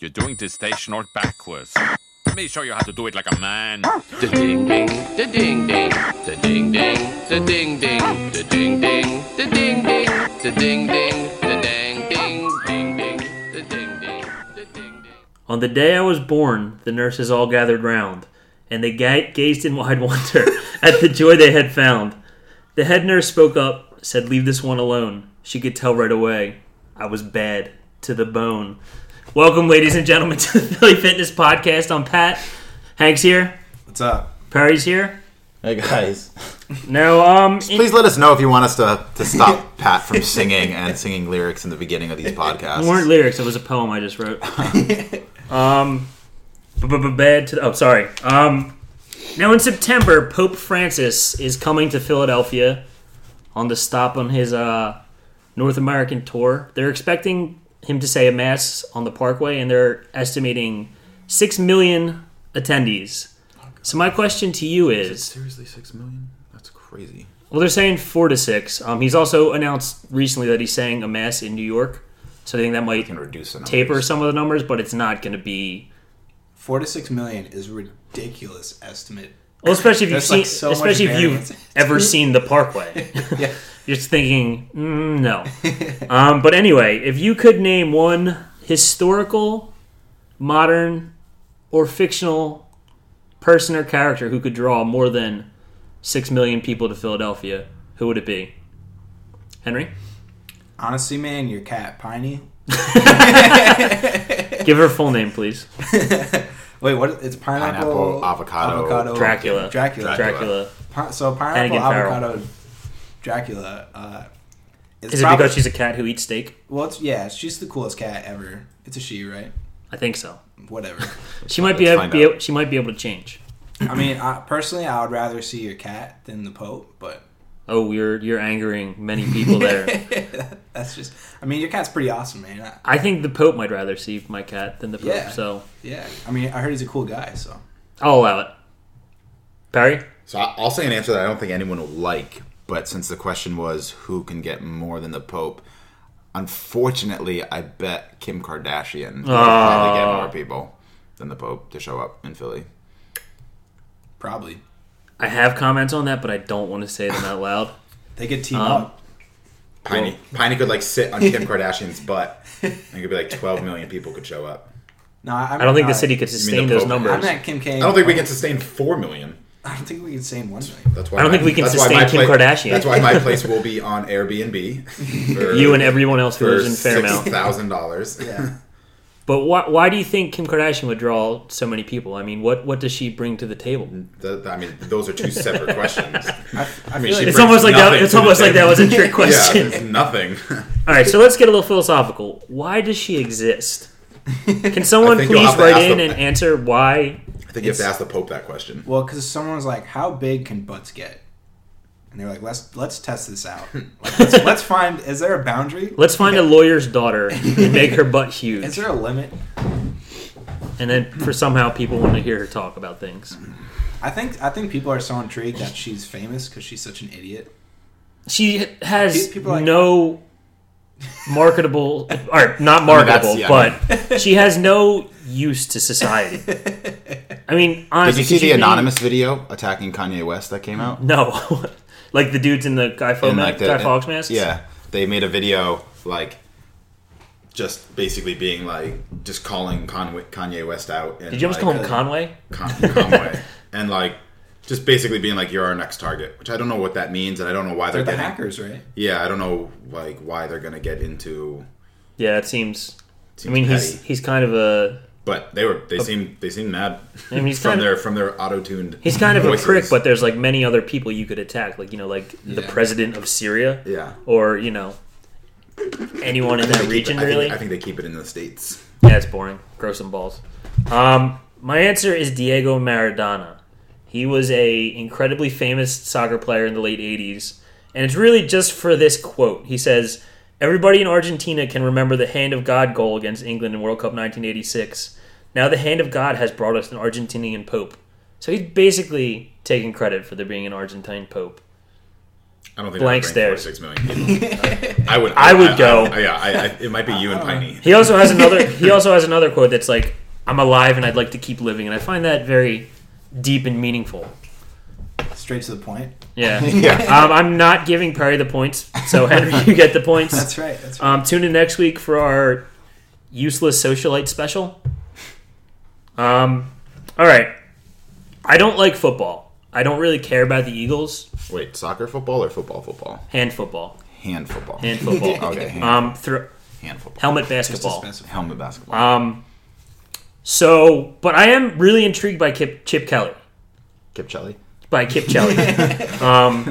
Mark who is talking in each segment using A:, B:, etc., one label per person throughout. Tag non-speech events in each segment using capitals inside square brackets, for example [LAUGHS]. A: you're doing this station or backwards. Let me show you how to do it like a man.
B: The ding ding, the ding ding, the ding ding, the ding ding, the ding ding, the ding ding, the ding ding, the dang ding, ding ding, the ding ding, the ding ding.
C: On the day I was born, the nurses all gathered round, and they ga- gazed in wide [LAUGHS] wonder at the joy they had found. The head nurse spoke up, said, Leave this one alone. She could tell right away I was bad to the bone. Welcome, ladies and gentlemen, to the Philly Fitness Podcast. I'm Pat. Hank's here.
D: What's up?
C: Perry's here.
E: Hey guys,
C: No, um, in-
E: [LAUGHS] please let us know if you want us to, to stop Pat from singing and singing lyrics in the beginning of these podcasts.
C: weren't lyrics. It was a poem I just wrote. um, bad to. Oh, sorry. Um, now in September, Pope Francis is coming to Philadelphia on the stop on his uh, North American tour. They're expecting him to say a mass on the Parkway, and they're estimating six million attendees. So my question to you is:
E: Seriously, six million? That's crazy.
C: well, they're saying four to six. Um, he's also announced recently that he's saying a mass in New York, so I think that might
E: Can reduce the numbers.
C: taper some of the numbers, but it's not going to be.
D: Four to six million is a ridiculous
C: [LAUGHS]
D: estimate.
C: Well, especially if you've
D: There's, like,
C: seen,
D: so much
C: especially if
D: variance.
C: you've
D: [LAUGHS]
C: ever seen the Parkway,
D: Yeah.
C: you're just thinking, mm,
D: [LAUGHS]
C: no. um, but anyway, if you could name one historical, modern, or fictional person or character who could draw more than six million people to Philadelphia, who would it be? Henry,
D: Honestly, man, your cat, Piney.
C: give her full name,
E: [LAUGHS]
C: please.
D: Wait, what? It's pineapple,
E: Pineapple, avocado,
C: Dracula.
D: Dracula.
C: Dracula.
D: Pi- so pineapple,
C: Hannigan Farrell.
D: avocado, Dracula. Uh,
C: Is it
D: probably-
C: because she's a cat who eats steak?
D: Well, it's, yeah, she's the coolest cat ever. It's a she, right?
C: I think so.
D: Whatever.
C: She might be,
E: let's
C: able,
E: find
C: be
E: out.
C: able- she might be able to change.
D: I mean, I, personally, I would rather see your cat than the Pope, but
C: Oh, you're you're angering many
D: [LAUGHS]
C: people there.
D: that's just. I mean, your cat's pretty awesome, man. I,
C: I think the Pope might rather see my cat than the Pope,
D: Yeah.
C: so
D: yeah, I mean, I heard he's a cool guy, so.
C: I'll allow it. Perry,
E: So I- I'll say an answer that I don't think anyone will like, but since the question was who can get more than the Pope, unfortunately, I bet Kim Kardashian will probably get more people than the Pope to show up in Philly.
D: Probably.
C: I have comments on that, but I don't want to say them out loud.
D: They could team
C: Um,
D: up.
E: Piney, Piney could like sit on Kim Kardashian's butt, and it could be like 12 million people could show up.
D: No, I,
C: I don't think the
D: no,
C: city could sustain those
E: Pope?
C: numbers.
D: I'm not Kim K.
E: I don't think we can sustain 4 million.
D: [LAUGHS] I don't think we can say one thing.
E: That's why
C: I don't think we can
E: that's why
C: sustain
E: my
C: Kim
E: pla-
C: Kardashian.
E: That's
C: [LAUGHS]
E: why my place will be on Airbnb. For,
C: You and everyone else who
E: for
C: lives in Fairmount.
E: six thousand dollars.
D: Yeah.
C: But why, why do you think Kim Kardashian would draw so many people? I mean, what, what does she bring to the table?
E: I mean, those
C: [LAUGHS]
E: are two separate questions. [LAUGHS] I mean,
D: feel
E: she
D: like-
C: It's
E: brings
C: almost like that.
E: nothing
C: It's
E: to the
C: almost like that
E: table.
C: was a
E: [LAUGHS]
C: trick
E: Yeah,
C: question.
E: it's nothing. [LAUGHS]
C: All right, so let's get a little philosophical. Why does she
E: [LAUGHS]
C: exist? Can someone
E: I think you'll
C: please
E: have to
C: write
E: ask
C: in
E: them.
C: and answer why?
E: I think you have to ask the Pope that question.
D: Well, because someone was like, "How big can butts get?" And they were like, "Let's let's test this
E: [LAUGHS]
D: out. Like, let's, let's find is there a boundary?
C: Let's find a lawyer's daughter and make her butt huge.
D: [LAUGHS] Is there a limit?"
C: and then for somehow people want to hear her talk about things.
D: I think I think people are so intrigued that she's famous because she's such an idiot.
C: She has
D: Pe- people like-
C: no marketable, [LAUGHS] or not marketable,
E: yeah,
D: [LAUGHS]
C: but she has no use to society. I mean,
E: Did
C: honestly,
E: you see
C: could
E: the
C: be-
E: anonymous video attacking Kanye West that came out?
C: No, [LAUGHS] like the dudes in the Guy, Fo-
E: And,
C: Guy Fawkes masks.
E: Yeah, they made a video like just basically being like just calling Conway, Kanye West out. And,
C: Did you almost
E: like, uh,
C: call him Conway? [LAUGHS]
E: Con- Conway, and like just basically being like, "You're our next target," which I don't know what that means, and I don't know why
D: They're
E: they're,
D: the
E: getting.
D: hackers, right?
E: Yeah, I don't know like why they're gonna get into.
C: Yeah, it seems. I
E: seems
C: mean, he's
E: petty.
C: he's kind of a
E: But they were they seemed they seemed mad
C: mean, he's
E: [LAUGHS] from
C: kind of-
E: their from their auto tuned.
C: he's kind of a prick, but there's like many other people you could attack, like you know, like the
D: Yeah.
C: president of Syria,
E: yeah,
C: or you know, anyone in
E: I think they
C: that region.
E: keep it- I think-
C: really,
E: I think they keep it in the states.
C: Yeah, it's boring. Grow some balls. Um, my answer is Diego Maradona. He was a incredibly famous soccer player in the late '80s, and it's really just for this quote. He says, "Everybody in Argentina can remember the hand of God goal against England in World Cup 1986. Now the hand of God has brought us an Argentinian pope." So he's basically taking credit for there being an Argentine pope.
E: I don't think
C: Blank
E: they're
C: [LAUGHS]
E: bringing
C: stares.
E: 46 million people.
F: I would.
C: I would go.
F: I- yeah, I, I, it might be you
C: [LAUGHS]
F: and Piney.
C: He also has another. he also has another quote that's like, "I'm alive and I'd like to keep living," and I find that very deep and meaningful.
D: Straight to the point. [LAUGHS]
C: Yeah.
E: Yeah.
C: Um, I'm not giving Perry the points, so Henry, you get the points.
D: That's right. That's
E: Uh,
D: right.
C: Um, tune in next week for our useless socialite special. Um, all right. I don't like football. I don't really care about the Eagles.
E: Wait, soccer football or football football?
C: Hand football.
E: Hand football.
C: Hand football.
E: [LAUGHS] Okay, hand,
C: um, thro-
E: hand football.
C: helmet
D: Just to
C: basketball.
D: specify.
E: Helmet basketball.
C: Um, so, but I am really intrigued by Kip, Chip Kelly.
E: Kipcheli.
C: By Kip Kelly.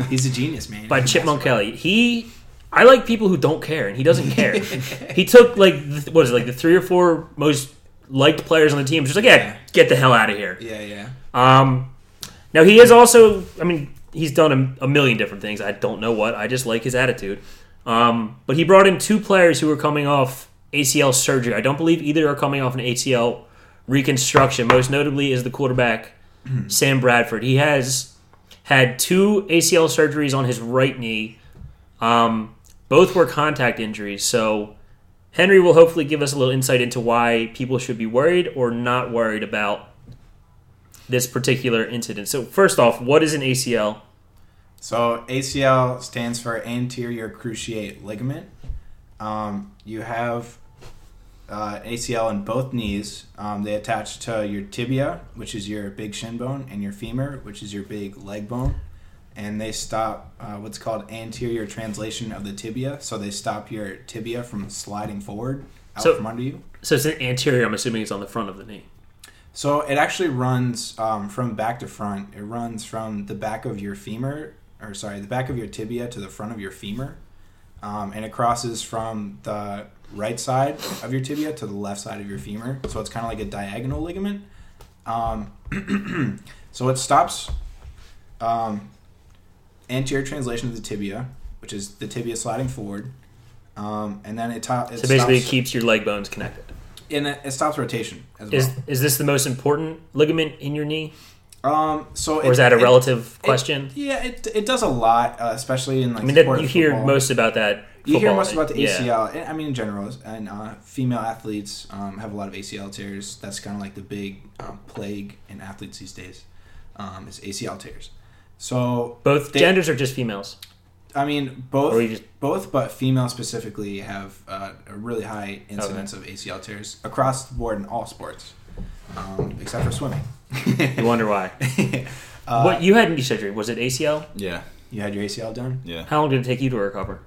D: He's a genius, man.
C: by Chipmunk Kelly. He, I like people who don't care, and he doesn't care. he took like th- what is it, like the three or four most liked players on the team. Just like yeah, get the hell out of here.
D: Yeah, yeah.
C: Um, now he is also, I mean, he's done a, a million different things. I don't know what. I just like his attitude. Um, but he brought in two players who were coming off ACL surgery. I don't believe either are coming off an ACL reconstruction. Most notably is the quarterback Sam Bradford. He has had two ACL surgeries on his right knee. Um, both were contact injuries. So Henry will hopefully give us a little insight into why people should be worried or not worried about this particular incident. So first off, what is an ACL?
D: So ACL stands for anterior cruciate ligament. Um, you have uh, ACL in both knees. Um, they attach to your tibia, which is your big shin bone, and your femur, which is your big leg bone. And they stop uh, what's called anterior translation of the tibia. So they stop your tibia from sliding forward out
C: So-
D: from under you.
C: So it's an anterior. I'm assuming it's on the front of the knee.
D: So it actually runs um, from back to front. It runs from the back of your femur, or sorry, the back of your tibia to the front of your femur, um, and it crosses from the right side of your tibia to the left side of your femur. So it's kind of like a diagonal ligament. Um, [CLEARS THROAT] so it stops um, anterior translation of the tibia, which is the tibia sliding forward, um, and then it, to- it
C: So basically, it
D: stops,
C: keeps your leg bones connected.
D: and it, it stops rotation as well.
C: Is is this the most important ligament in your knee,
D: Um, so
C: or is
D: it-
C: that a
D: it-
C: relative question?
D: Yeah, it, it does a lot, uh, especially in like.
C: I mean, that,
D: sport
C: you
D: of
C: hear
D: football.
C: most about that.
D: You hear
C: football,
D: most about the
C: yeah.
D: ACL. And, I mean, in general, and uh, female athletes um, have a lot of ACL tears. That's kind of like the big um, plague in athletes these days, um, is ACL tears. So
C: Both
D: they-
C: genders are just females.
D: I mean,
C: Or
D: both
C: you just-
D: both, but female specifically have uh, a really high incidence of ACL tears across the board in all sports, um, except for swimming.
C: You wonder why. what you had knee surgery? Was it ACL?
E: Yeah.
D: [LAUGHS] You had your ACL done.
E: Yeah.
C: How long did it take you to recover?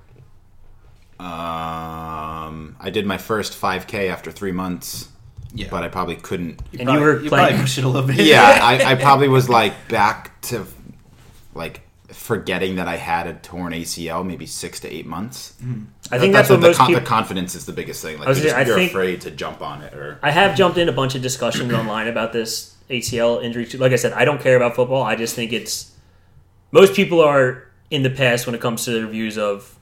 E: Um, I did my first 5K after three months,
D: Yeah,
E: but I probably couldn't.
C: And you were
D: you
C: playing.
D: probably pushed it a little bit.
E: Yeah, I, I probably was like back to like forgetting that I had a torn ACL maybe six to eight months.
C: I think that's, what
E: the,
C: most
E: con-
C: people.
E: the confidence is the biggest thing. Like
C: was
E: you
C: gonna-
E: just-
C: Mm-hmm. I
E: you're
C: think-
E: afraid to jump on it or
C: I have jumped in a bunch of discussions online about this ACL injury. too. Like I said, I don't care about football. I just think it's most people are in the past when it comes to their views of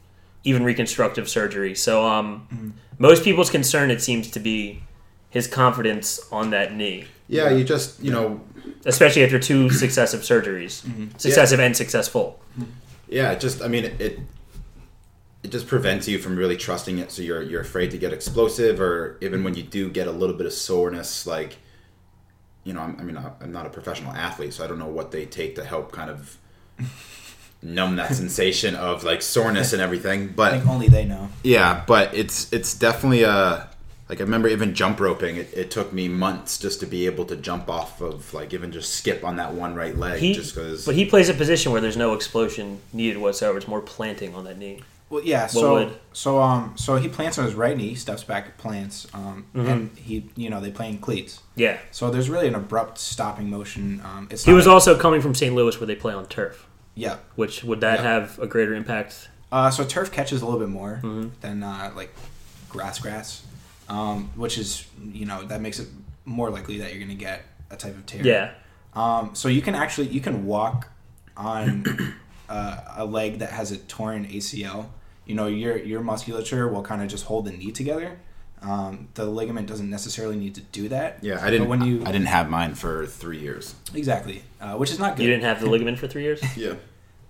C: even reconstructive surgery. So um, most people's concern it seems to be his confidence on that knee,
E: yeah, you just you know
C: especially after two successive surgeries, successive and successful.
E: Yeah, it just I mean it. It just prevents you from really trusting it, so you're you're afraid to get explosive, or even when you do get a little bit of soreness, like, you know, I'm, I mean, I'm not a professional athlete, so I don't know what they take to help kind of numb that sensation of like soreness and everything. But
D: I think only they know.
E: yeah, but it's it's definitely a like I remember even jump roping. It, it took me months just to be able to jump off of like even just skip on that one right leg,
C: He,
E: just because.
C: but he plays a position where there's no explosion needed whatsoever. It's more planting on that knee.
D: Well, yeah. So
C: would?
D: so um so he plants on his right knee, steps back, plants, um,
C: Mm-hmm.
D: and he you know they play in cleats.
C: Yeah,
D: So there's really an abrupt stopping motion. Um, it's
C: he
D: not
C: was
D: like-
C: also coming from St. Louis where they play on turf.
D: yeah.
C: Which would that
D: Yeah.
C: have a greater impact?
D: Uh, so turf catches a little bit more
C: Mm-hmm.
D: than uh, like grass grass, um, which is you know that makes it more likely that you're going to get a type of tear.
C: Yeah.
D: Um, so you can actually you can walk on uh, a leg that has a torn ACL. You know your your musculature will kind of just hold the knee together. Um, the ligament doesn't necessarily need to do that.
E: Yeah, I didn't.
D: But when you
E: I didn't have mine for three years.
D: exactly, uh, which is not good.
C: You didn't have the ligament for three years?
E: Yeah.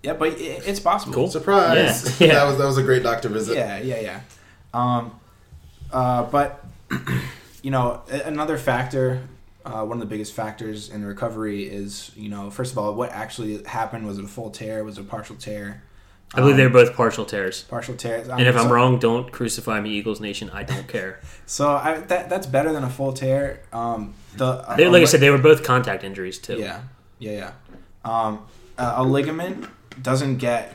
D: Yeah, but it, it's possible.
C: Cool.
F: Surprise!
C: Yeah,
F: [LAUGHS]
C: yeah.
F: That was that was a great doctor visit.
D: Yeah, yeah, yeah. Um, uh, but [CLEARS THROAT] you know, a- another factor, uh, one of the biggest factors in the recovery is you know, first of all, what actually happened was it a full tear? Was it a partial tear?
C: I believe they're both partial tears.
D: Partial tears.
C: And if I'm wrong, don't crucify me, Eagles Nation. I don't care.
D: so I, that that's better than a full tear. Um, the
C: They, like I
D: um,
C: said, they were both contact injuries too.
D: Yeah, yeah, yeah. Um, a, a ligament doesn't get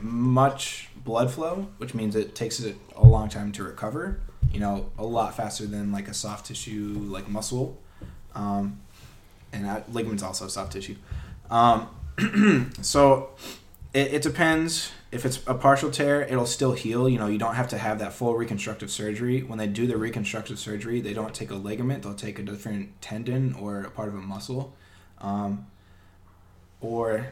D: much blood flow, which means it takes it a long time to recover. You know, a lot faster than like a soft tissue, like muscle, um, and uh ligaments also soft tissue. Um, so it, it depends. If it's a partial tear, it'll still heal. You know, you don't have to have that full reconstructive surgery. When they do the reconstructive surgery, they don't take a ligament; they'll take a different tendon or a part of a muscle um, or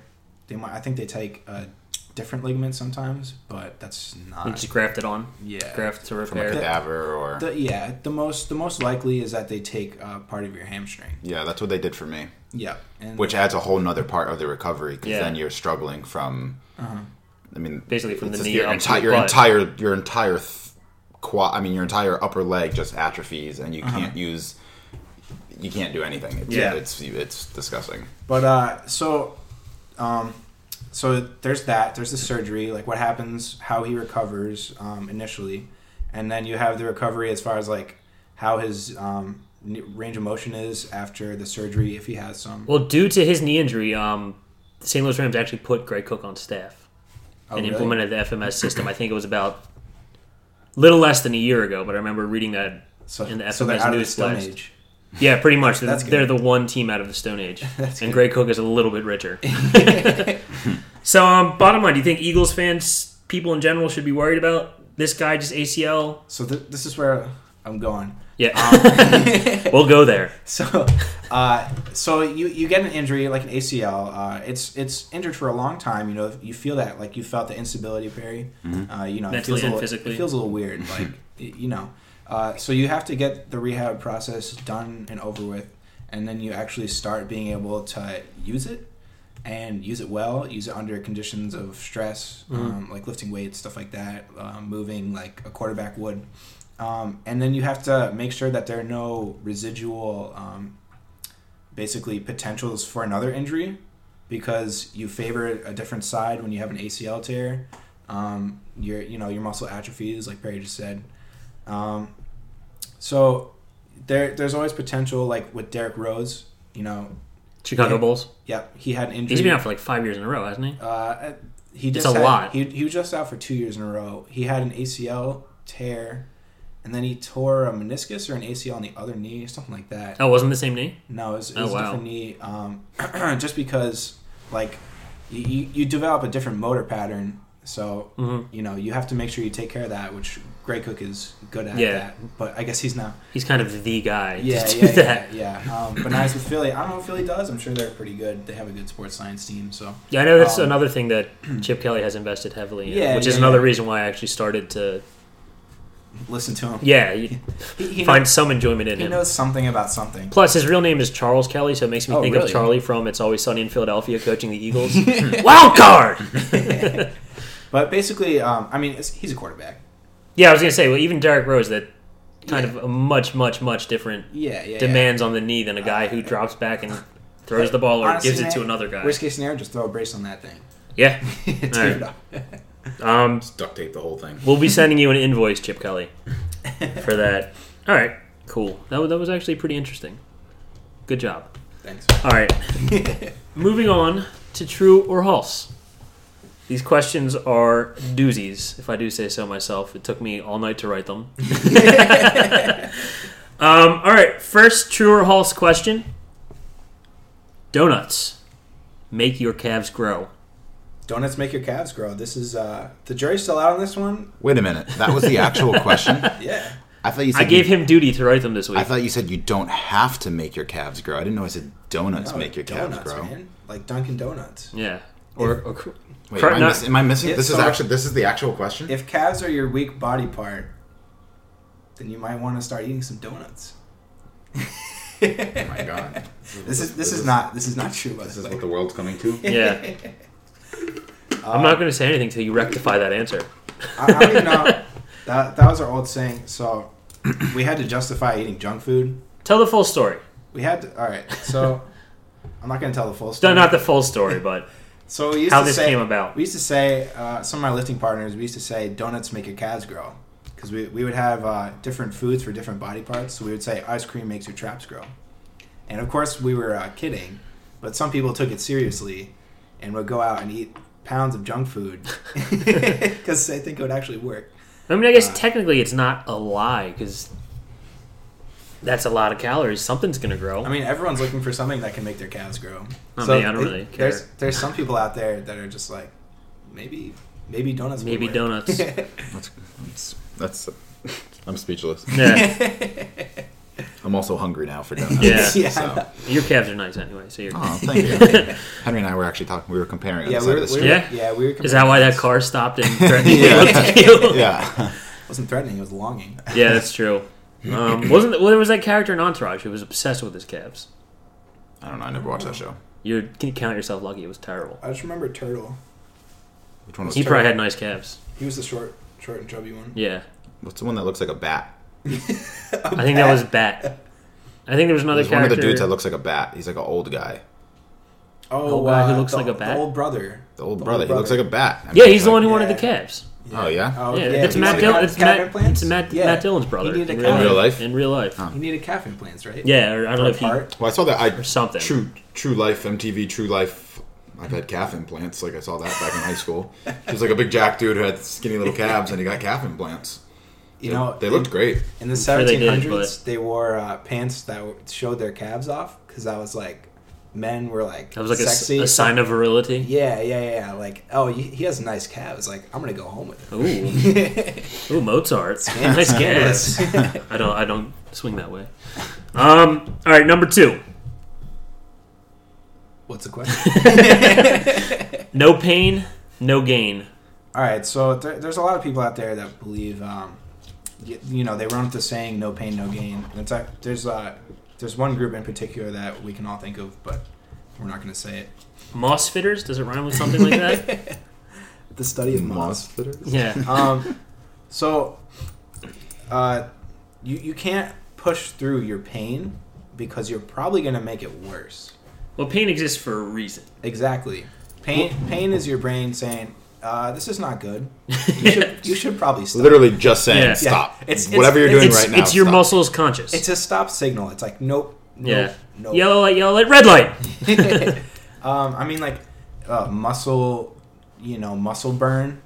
D: they might. I think they take a different ligament sometimes, but that's
C: They
D: not.
C: just graft it on.
D: Yeah.
C: Graft to
E: from a
C: repair.
E: cadaver or
D: The, yeah, the most the most likely is that they take uh, part of your hamstring.
E: yeah, that's what they did for me,
D: Yeah, and
E: which adds a whole nother part of the recovery because
C: Yeah. Uh-huh.
E: then you're struggling from. I mean,
C: Basically from
E: it's
C: the
E: just
C: knee
E: your,
C: up to
E: enti-
C: the
E: your
C: butt.
E: entire your entire th- quad. I mean, your entire upper leg just atrophies, and you can't use. You can't do anything. It's,
C: Uh-huh. Yeah.
E: it's it's disgusting.
D: But uh, so, um, so there's that. There's the surgery, like what happens, how he recovers um, initially, and then you have the recovery as far as like how his um, n- range of motion is after the surgery, if he has some.
C: Well, due to his knee injury, um, the St. Louis Rams actually put Greg Cook on staff
D: Oh,
C: and
D: really?
C: implemented the FMS system. I think it was about little less than a year ago, but I remember reading that.
D: so,
C: in the
D: so they're
C: FMS
D: out of the
C: news
D: stone
C: flash.
D: age.
C: Yeah, pretty much. They're,
D: That's good.
C: they're the one team out of the Stone
D: [LAUGHS]
C: Age, and
D: good.
C: Greg Cook is a little bit
D: [LAUGHS]
C: richer. [LAUGHS] so, um, bottom line, do you think Eagles fans, people in general, should be worried about this guy just ACL?
D: So th- this is where I'm going.
C: Yeah, [LAUGHS]
D: Um,
C: we'll go there.
D: So, uh, so you you get an injury like an ACL. Uh, it's it's injured for a long time. You know, you feel that like you felt the instability, Perry. Uh, you know, it
C: Mentally and
D: feels a little,
C: physically.
D: It feels a little weird, like y- you know. Uh, so you have to get the rehab process done and over with, and then you actually start being able to use it and use it well. Use it under conditions of stress, um, like lifting weights, stuff like that, um, moving like a quarterback would. Um, and then you have to make sure that there are no residual, um, basically, potentials for another injury because you favor a different side when you have an ACL tear. Um, your you know your muscle atrophies, like Perry just said. Um, so there there's always potential, like with Derrick Rose. You know,
C: Chicago
D: Yeah.
C: Bulls.
D: yep, he had an injury.
C: He's been out for like five years in a row, hasn't he?
D: Uh, he
C: It's
D: just
C: a
D: had-
C: lot.
D: He, he was just out for two years in a row. He had an ACL tear, and then he tore a meniscus or an ACL on the other knee, something like that.
C: Oh, wasn't the same knee?
D: No, it was, it
C: Oh,
D: was
C: wow.
D: a different knee. Um, [CLEARS THROAT] just because, like, you, you you develop a different motor pattern, so
C: Mm-hmm.
D: you know you have to make sure you take care of that, which Gray Cook is good at.
C: Yeah.
D: that, but I guess he's
C: [LAUGHS]
D: not.
C: He's kind of the guy
D: Yeah,
C: to do
D: yeah,
C: [LAUGHS] that.
D: yeah, yeah. Um, but now he's with Philly. I don't know what Philly does. I'm sure they're pretty good. They have a good sports science team, so.
C: Yeah, I know that's
D: Um,
C: another thing that [CLEARS THROAT] Chip Kelly has invested heavily in,
D: Yeah,
C: which is
D: yeah,
C: another
D: yeah.
C: reason why I actually started to
D: listen to him.
C: yeah you
D: he, he
C: find
D: knows,
C: some enjoyment in
D: he
C: him.
D: knows something about something.
C: Plus, his real name is Charles Kelly, so it makes me
D: Oh,
C: think of
D: really?
C: Charlie from It's Always Sunny in Philadelphia, coaching the
D: [LAUGHS]
C: Eagles. Wild card.
D: But basically, um, I mean, it's, he's a quarterback.
C: Yeah, I was gonna say. Well, even Derek Rose, that kind of a much, much, much different
D: Yeah, yeah. yeah.
C: demands on the knee than a guy who drops back and throws the ball or
D: Honestly,
C: gives it
D: man,
C: to another guy.
D: Worst case scenario, just throw a brace on that thing. [LAUGHS]
C: Yeah.
D: Tear
C: All right.
D: it up.
C: Um,
F: Just duct tape the whole thing.
C: we'll be sending
D: [LAUGHS]
C: you an invoice, Chip Kelly, for that. All right. Cool. That was, that was actually pretty interesting. Good job.
D: [LAUGHS] Thanks.
C: All
E: [LAUGHS]
C: right. Moving on to true or false. These questions are doozies, if I do say so myself. It took me all night to write
E: [LAUGHS]
C: them. um, all right. First true or false question Donuts make your calves grow.
D: Donuts make your calves grow. This is uh, the jury's still out on this one.
E: Wait a minute, that was the actual
C: [LAUGHS]
E: question.
D: Yeah.
E: I thought you said
C: I gave
E: you,
C: him duty to write them this week.
E: I thought you said you don't have to make your calves grow. I didn't know I said donuts
D: No,
E: make your calves
D: donuts,
E: grow.
D: man. Like Dunkin' Donuts.
C: yeah. Or, or cr-
E: Wait,
C: Cor-
E: am,
C: no.
E: I miss- am I missing?
D: Yeah,
E: this is
D: sorry.
E: actually this is the actual question.
D: If calves are your weak body part, then you might want to start eating some donuts.
F: Oh my god,
D: [LAUGHS] This is this is not this is not true. By
F: This
D: the
F: is
D: way.
E: [LAUGHS]
F: what the world's coming to.
C: yeah. I'm not going to say anything until you rectify that answer.
D: I, I
E: [LAUGHS]
D: don't even know. That, that was our old saying. So we had to justify eating junk food.
C: Tell the full story.
D: We had to. All right. So I'm not going to tell the full
C: No,
E: Um,
D: story.
C: Not the full story, but
D: so we used
C: how
D: to
C: this
D: say,
C: came about.
D: We used to say, uh, some of my lifting partners, we used to say, donuts make your calves grow. Because we, we would have uh, different foods for different body parts. So we would say, ice cream makes your traps grow. And of course, we were uh, kidding, but some people took it seriously and would go out and eat pounds of junk food [LAUGHS] because they think it would actually work.
C: I mean, I guess technically it's not a lie because that's a lot of calories. Something's going to grow.
D: I mean, everyone's looking for something that can make their calves grow.
C: I mean, I don't really care.
D: There's there's some people out there that are just like, maybe maybe donuts. would
C: Maybe
D: work. [LAUGHS]
C: donuts.
E: That's, that's, that's I'm speechless.
C: [LAUGHS]
D: [LAUGHS]
C: yeah,
E: I'm also hungry now for donuts.
C: Yeah.
D: Yeah, I know.
E: So.
C: your calves are nice anyway. So you're.
E: Oh, thank you. Henry and I were actually talking. We were comparing on
D: yeah,
E: the
D: we
E: side
D: were,
E: of the
D: we were,
E: street.
D: yeah,
C: Yeah?
D: we were.
C: Is that why that
D: comparing
C: car stopped
D: [LAUGHS]
C: and threatened
E: Yeah.
C: you?
E: Yeah. [LAUGHS]
D: donuts. wasn't threatening? It was longing.
C: [LAUGHS] Yeah, that's true. Um, wasn't well, there was that character in Entourage who was obsessed with his calves.
E: I don't know. I never watched that show.
C: You can count yourself lucky. It was terrible.
D: I just remember Turtle.
E: Which one was?
C: He probably had nice calves.
D: He was the short, short and chubby one.
C: Yeah,
E: What's the one that looks like a bat?
C: I think that was Bat. I think there was another
E: There's one
C: character.
E: of the dudes that looks like a bat. He's like an old guy.
D: Oh,
C: Oh, guy who
D: uh,
C: looks
D: the-
C: like a bat?
D: The old brother.
E: The old
D: The
E: brother.
D: old
E: He looks like
D: brother.
E: a bat. I mean,
C: yeah, he's the one who
D: yeah.
C: wanted the calves.
E: Oh yeah.
D: Oh,
C: yeah, that's
D: he
C: Matt.
D: needed
C: Dil-
D: calf-
C: it's
D: calf
C: Matt.
D: implants?
C: It's Matt.
D: Yeah.
C: Matt Dillon's brother.
D: He needed a
E: In
D: calf.
E: real life.
C: In real life.
D: He needed calf implants, right?
C: Yeah, or I don't know if he.
D: Part.
E: Well, I saw that. I,
C: Or something.
E: True. True Life MTV. True Life. I've had calf implants. Like I saw that back in high school. He was like a big jack dude who had skinny little calves, and he got calf implants.
D: You know,
E: they looked great.
D: In the
C: sure they did,
D: 1700s, they wore uh, pants that w- showed their calves off because that was like men were like
C: That was like a s-
D: sexy.
C: a, sign of virility.
D: yeah, yeah, yeah, yeah. Like, oh, he he has nice calves. Like, I'm gonna go home with him.
C: Ooh,
E: [LAUGHS]
C: ooh, Mozart. [LAUGHS] nice calves. I don't. I don't swing that way. Um. All right, number two.
D: [LAUGHS] What's the question?
C: No pain, no gain.
D: All right, so there, there's a lot of people out there that believe, um, you, you know, they run with the saying "no pain, no gain." And it's like there's uh, there's one group in particular that we can all think of, but we're not gonna say it.
C: Moss fitters? Does it rhyme with something like
E: [LAUGHS]
C: that?
D: The study of moss.
E: Mosfitters?
C: yeah.
D: um, so uh, you you can't push through your pain because you're probably going to make it worse.
C: Well, pain exists for a reason.
D: Exactly. Pain pain is your brain saying, uh, "This is
C: [LAUGHS]
D: not good. You should, you should probably stop."
E: Literally just saying
C: Yeah. Yeah.
E: stop.
D: It's- it's-
E: Whatever you're doing
C: It's,
E: right now.
C: it's your
E: stop.
C: muscles conscious.
D: It's a stop signal. It's like, nope, nope,
C: yeah.
D: nope.
C: Yellow light, yellow light, red light.
D: [LAUGHS]
C: [LAUGHS]
D: um, I mean, like uh, muscle, you know, muscle burn.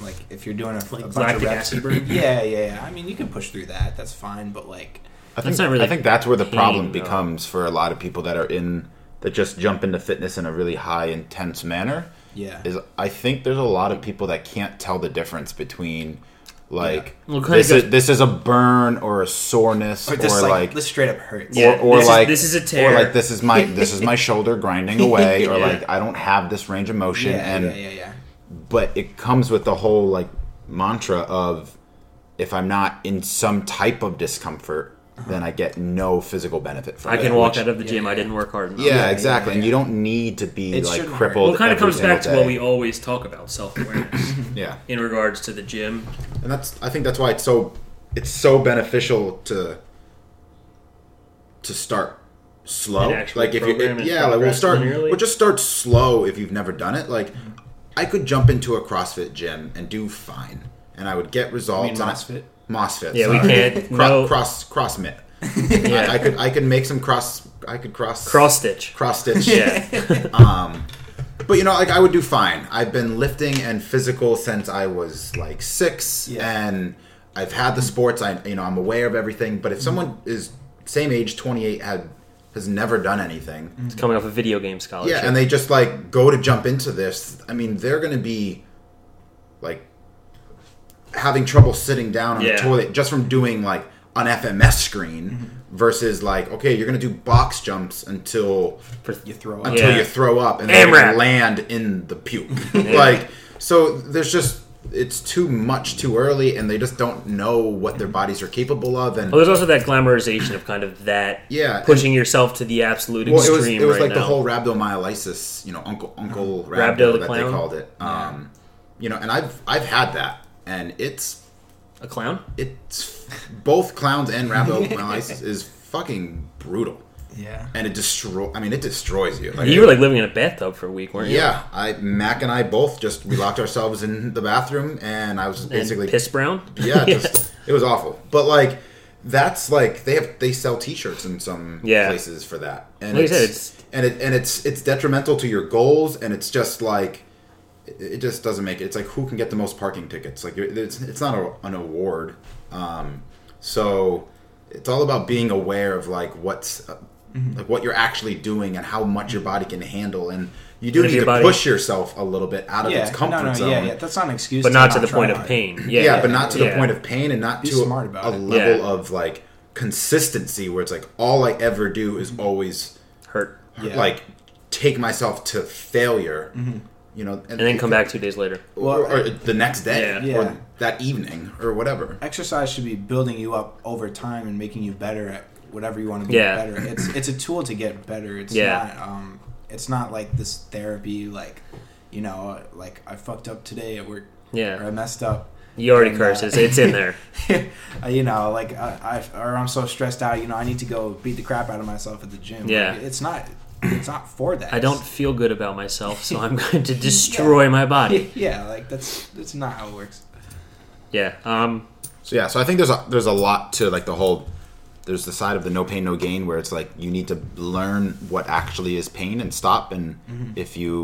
D: Like if you're doing a, a bunch of
C: lactic
D: reps,
C: acid burn?
D: [CLEARS THROAT] yeah, yeah, yeah. I mean, you can push through that. That's fine. But like,
E: I think,
C: That's not really
E: I think that's where the
C: pain,
E: problem
C: though.
E: becomes for a lot of people that are in that just jump into fitness in a really high intense manner
D: yeah,
E: is I think there's a lot of people that can't tell the difference between like
C: Well, it kinda
E: this
C: goes-
E: is this is a burn or a soreness or,
D: or just like,
E: like
D: this straight up hurts.
E: or, or
C: this is-
E: like
C: this is a tear.
E: or like this
C: [LAUGHS]
E: is my this is my shoulder grinding away or
C: Yeah.
E: like I don't have this range of motion
D: yeah,
E: and
D: yeah, yeah, yeah.
E: but it comes with the whole like mantra of if I'm not in some type of discomfort, then I get no physical benefit from
C: Uh-huh. I
E: it.
C: can walk
E: which-
C: out of the gym.
D: yeah,
C: I didn't work hard enough.
E: Yeah,
D: yeah,
E: exactly.
D: yeah,
E: And
D: yeah.
E: you don't need to be
D: It
E: like
D: shouldn't hurt.
E: crippled.
C: Well, it kind of
E: every
C: comes back to
E: single
C: what we
E: day.
C: always talk about self awareness
E: Yeah,
C: in regards to the gym.
E: and that's I think that's why it's so it's so beneficial to to start slow.
C: And actually
E: Like if you
C: program
E: if-
C: and
E: yeah, like we'll
C: progress
E: start
C: linearly.
E: we'll just start slow if you've never done it. Like I could jump into a CrossFit gym and do fine, and I would get results.
D: You mean
E: and I-
D: MOSFET?
E: MOSFIT.
C: Yeah, we
E: sorry.
C: can't-
E: Cro-
C: no.
E: cross CrossMit.
C: Yeah.
E: I, I could I could make some cross I could cross
C: Cross
E: [LAUGHS]
C: stitch.
E: cross stitch.
C: Yeah.
E: But you know, like I would do fine. I've been lifting and physical since I was like six,
D: Yeah.
E: and I've had the sports. I you know I'm aware of everything. But if someone is same age, 28, had has never done anything,
C: It's coming off a video game scholarship.
E: yeah, and they just like go to jump into this. I mean, they're gonna be like having trouble sitting down on
C: Yeah.
E: the toilet just from doing like an FMS screen versus like okay, you're gonna do box jumps until
D: You throw up.
E: until
C: Yeah.
E: you throw up and then
C: AMRAP. [LAUGHS]
E: [LAUGHS] land in the puke. like so there's just it's too much too early, and they just don't know what their bodies are capable of. And
C: Well, there's also that glamorization of kind of that
E: Yeah,
C: pushing yourself to the absolute
E: well, it was,
C: extreme
E: it was
C: right
E: like
C: now. Mm-hmm.
E: the whole rhabdomyolysis, you know, Uncle Uncle
C: Rhabdo
E: Rhabdo,
C: the
E: that
C: clown?
E: they called it. Um, you know, and I've I've had that, and it's
C: a clown.
E: it's both clowns
C: [LAUGHS]
E: and rhabdomyolysis is fucking brutal,
D: Yeah.
E: and it destroy. I mean, it destroys you. Like,
C: You were like living in a bathtub for a week, weren't you?
E: yeah, I Mac and I both just we locked ourselves in the bathroom, and I was just
C: And
E: basically
C: piss brown.
E: yeah, just it was awful. But like that's like they have they sell T-shirts in some
C: Yeah.
E: places for that, and
C: Like I
E: it's,
C: said,
E: and it and it's it's detrimental to your goals, and it's just like it- it just doesn't make it. It's like who can get the most parking tickets? Like it- it's it's not a, an award, um, so it's all about being aware of like what's uh,
C: Mm-hmm.
E: like what you're actually doing and how much your body can handle, and you do
C: And if
E: need
C: your
E: to
C: body-
E: push yourself a little bit out of
D: Yeah.
E: its comfort
D: no, no,
E: zone
D: yeah, yeah. That's not an excuse.
C: [LAUGHS] but not to the point
D: try.
C: of pain. Yeah,
E: yeah, but not to the
C: yeah.
E: point of pain and not
D: Be
E: to
D: smart about
E: a
D: it.
E: level
C: Yeah.
E: of like consistency where it's like all I ever do is always
C: hurt,
D: Mm-hmm. Yeah. Mm-hmm.
E: like take myself to failure, you know,
C: and then come back two days later.
E: or, or the next day
C: Yeah.
E: or
D: Yeah.
E: that evening or whatever.
D: Exercise should be building you up over time and making you better at whatever you want to be
C: Yeah.
D: better. at. It's it's a tool to get better. It's
C: Yeah.
D: not um it's not like this therapy like you know like I fucked up today at work or I
C: Yeah,
D: messed up. [LAUGHS]
C: you already
D: And, uh,
C: curses. It's in there.
D: Uh, you know, like I, I or I'm so stressed out. You know, I need to go beat the crap out of myself at the gym.
C: Yeah.
D: Like, it's not it's not for that.
C: [LAUGHS] I don't feel good about myself, so I'm [LAUGHS] going to destroy my body.
D: [LAUGHS] yeah, like that's that's not how it works.
C: Yeah. Um.
E: So yeah, so I think there's a there's a lot to like the whole there's the side of the no pain no gain where it's like you need to learn what actually is pain and stop and
D: Mm-hmm.
E: if you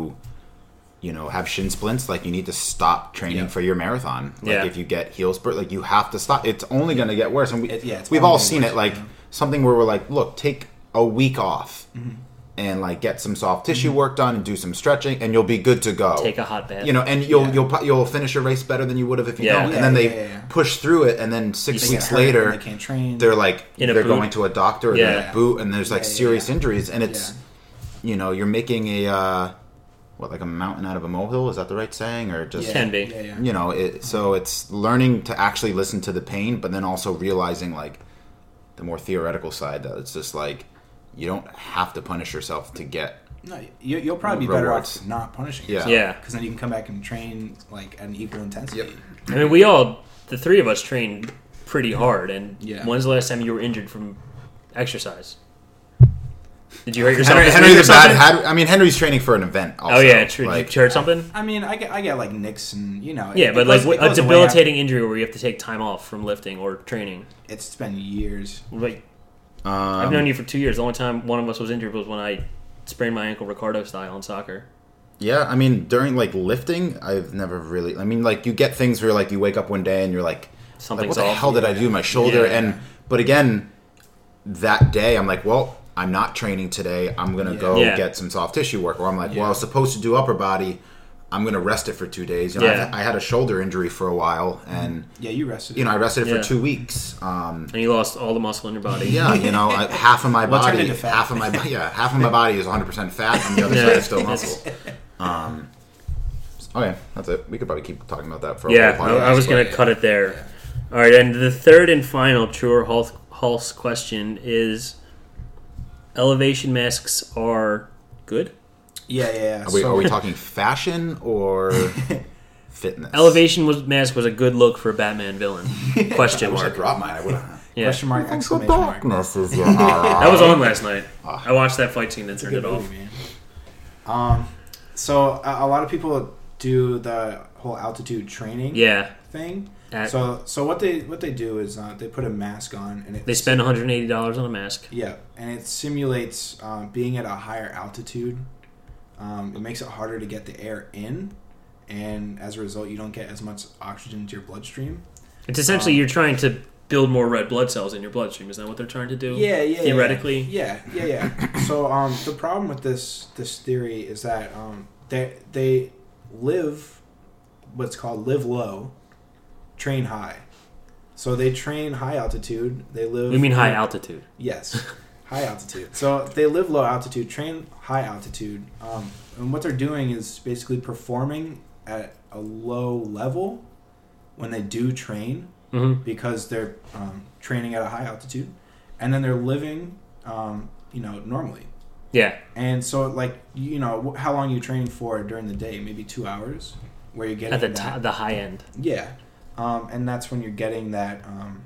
E: you know have shin splints like you need to stop training for your marathon like
C: Yeah.
E: if you get heel spurt like you have to stop it's only going to get worse and we,
D: It- yeah, it's
E: we've
D: only
E: all
D: gonna
E: seen
D: get
E: it like something where we're like look take a week off
D: Mm-hmm.
E: and like get some soft tissue work done and do some stretching and you'll be good to go
C: Take a hot bath.
E: you know, and you'll
D: Yeah.
E: you'll pro- you'll finish your race better than you would have if you
C: Yeah.
E: don't.
D: Yeah,
E: and then they
D: yeah, yeah, yeah.
E: push through it, and then six
D: They get
E: weeks
D: hurt and
E: later,
D: they can't train.
E: they're like
C: In a
E: they're
C: boot.
E: going to a doctor and they're in
C: Yeah.
E: a boot, and there's like
D: Yeah, yeah,
E: serious
D: yeah.
E: injuries, and it's you know you're making a uh, what like a mountain out of a molehill. Is that the right saying, or just
D: yeah.
C: Can be.
D: Yeah, yeah.
E: you know? It, so it's learning to actually listen to the pain, but then also realizing like the more theoretical side that it's just like you don't have to punish yourself to get
D: No, you, you'll probably be better
E: Rewards.
D: off not punishing
E: Yeah.
D: yourself.
C: Yeah.
D: Because then you can come back and train like at an equal intensity.
E: Yep.
C: I mean, we all, the three of us, trained pretty hard. And
D: Yeah.
C: when's the last time you were injured from exercise? Did you hurt yourself?
E: Henry,
C: this
E: Henry's
C: week or
E: a bad.
C: something?
E: Had, I mean, Henry's training for an event. Also.
C: Oh yeah, true.
E: Like,
C: Did you hurt something?
D: I mean, I get I get like nicks and you know. it-
C: Yeah,
D: it
C: but
D: goes-
C: like
D: it
C: a
D: goes away after-
C: debilitating injury where you have to take time off from lifting or training.
D: It's been years.
C: Like
E: um,
C: I've known you for two years. The only time one of us was injured was when I sprained my ankle Ricardo style in soccer.
E: Yeah, I mean, during like lifting, I've never really. I mean, like you get things where like you wake up one day and you're like, like
C: Something's
E: what the
C: off.
E: hell did I do to my shoulder?
C: Yeah.
E: And but again, that day I'm like, well, I'm not training today. I'm gonna
D: Yeah.
E: go
C: Yeah.
E: get some soft tissue work. Or I'm like, well,
D: Yeah.
E: I was supposed to do upper body. I'm gonna rest it for two days. You know,
C: Yeah.
E: I, I had a shoulder injury for a while, and
D: Yeah, you rested.
E: you know, I rested it
C: Yeah.
E: for two weeks. Um,
C: And you lost all the muscle in your body.
E: Yeah, you know, I, half of my
D: Well, it turned
E: body,
D: into fat.
E: half of my bo- yeah, half of my body is 100 percent fat, and the other
C: Yeah.
E: side is still
C: Yes.
E: muscle. Um, okay, that's it. We could probably keep talking about that for a
C: Yeah,
E: whole
C: I,
E: podcast.
C: I was going to
E: but-
C: cut it there. All right, and the third and final true or false, false question is: elevation masks are good.
D: Yeah, yeah. yeah.
E: Are we,
D: So-
E: are
C: [LAUGHS]
E: we talking fashion or fitness?
C: Elevation was, mask was a good look for a Batman
D: [LAUGHS]
C: villain?
E: I
C: Question
E: wish I
C: mark.
E: dropped mine. I would have.
C: Yeah.
D: question mark exclamation mark.
E: darkness is your
C: [LAUGHS]
E: ally.
C: That was on last night.
D: Ah.
C: I watched that fight scene and turned it off.
D: Um, so a, a lot of people do the whole altitude training
C: Yeah,
D: thing.
C: At-
D: so so what they what they do is uh, they put a mask on and it
C: they spend 180 dollars on a mask.
D: yeah and it simulates um, being at a higher altitude. Um, it makes it harder to get the air in, and as a result, you don't get as much oxygen to your bloodstream.
C: It's essentially
D: Um.
C: you're trying to build more red blood cells in your bloodstream. Is that what they're trying to do?
D: yeah, yeah,
C: Theoretically,
D: yeah, yeah, yeah. yeah. [COUGHS] so um, the problem with this this theory is that um, they they live what's called live low, train high. So they train high altitude. They live.
C: we mean high altitude. [LAUGHS]
D: Yes, high altitude. So they live low altitude, train high altitude, um, and what they're doing is basically performing at a low level when they do train
C: Mm-hmm.
D: because they're um, training at a high altitude, and then they're living, um, you know, normally.
C: Yeah.
D: And so, like, you know, wh- how long you train for during the day? Maybe two hours, where you're getting
C: At the
D: that-
C: t- the high end.
D: yeah, um, and that's when you're getting that um,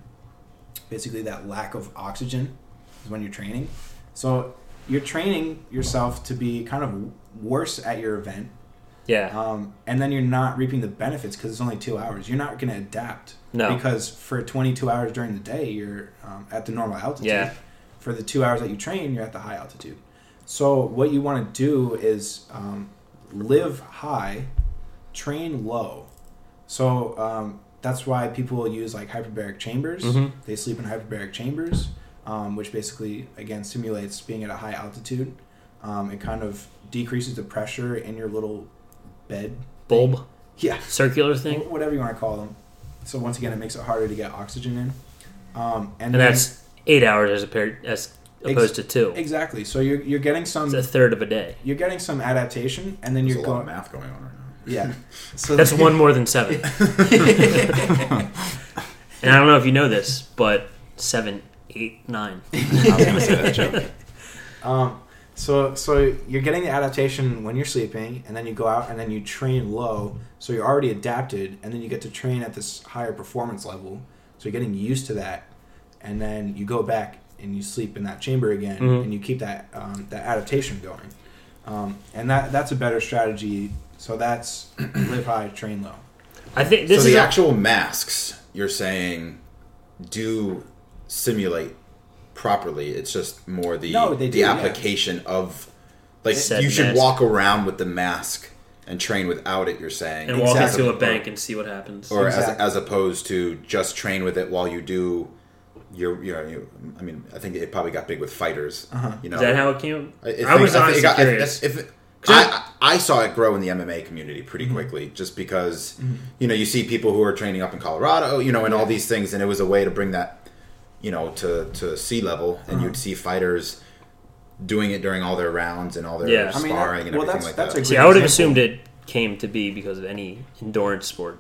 D: basically that lack of oxygen is when you're training. So you're training yourself to be kind of worse at your event,
C: Yeah.
D: um, and then you're not reaping the benefits because it's only two hours. You're not going to adapt
C: No.
D: because for 22 hours during the day you're um, at the normal altitude.
C: Yeah.
D: For the two hours that you train, you're at the high altitude. So what you want to do is um, live high, train low. So um, that's why people will use like hyperbaric chambers.
F: Mm-hmm.
D: They sleep in hyperbaric chambers, um, which basically again simulates being at a high altitude. Um, it kind of decreases the pressure in your little bed.
C: Bulb
D: Yeah,
C: circular thing.
D: wh- whatever you want to call them. So once again, it makes it harder to get oxygen in. Um,
C: And
D: and, then-
C: that's eight hours as, appear- as opposed to two.
D: exactly. So you're you're getting some
C: It's a third of a day.
D: you're getting some adaptation, and then
F: There's
D: you're
F: a lot of
D: going
F: math going on right now. [LAUGHS]
D: yeah. So
C: That's one more than seven. and I don't know if you know this, but seven, eight, nine.
E: I was going to say that joke.
D: Um, so so you're getting the adaptation when you're sleeping, and then you go out and then you train low, so you're already adapted, and then you get to train at this higher performance level. So you're getting used to that, and then you go back and you sleep in that chamber again, and you keep that um, that adaptation going. Um, and that that's a better strategy. So that's [CLEARS THROAT] live high, train low.
C: I think this
F: so
C: is
F: the
C: a-
F: actual masks you're saying do simulate properly. It's just more the
D: No, they
F: the
D: do, yeah.
F: application of like
C: Said
F: you should
C: mask.
F: walk around with the mask and train without it. You're saying
C: and walk
D: Exactly.
C: into a bank and see what happens.
F: or
D: Exactly.
F: as, as opposed to just train with it while you do your you know you, I mean I think it probably got big with fighters
D: Uh-huh.
F: you know
C: is that how it came?
F: I,
C: I was honestly
F: got,
C: curious.
F: I, if it- I, I saw it grow in the MMA community pretty quickly, just because you know you see people who are training up in Colorado, you know, and all these things, and it was a way to bring that you know to to sea level, and you'd see fighters doing it during all their rounds and all their
C: Yeah. I
D: mean,
F: sparring
D: that-
F: and
D: well,
F: everything
D: that's-
F: like
D: that's
F: that.
D: a
C: See, I would have
D: Example.
C: assumed it came to be because of any endurance sport.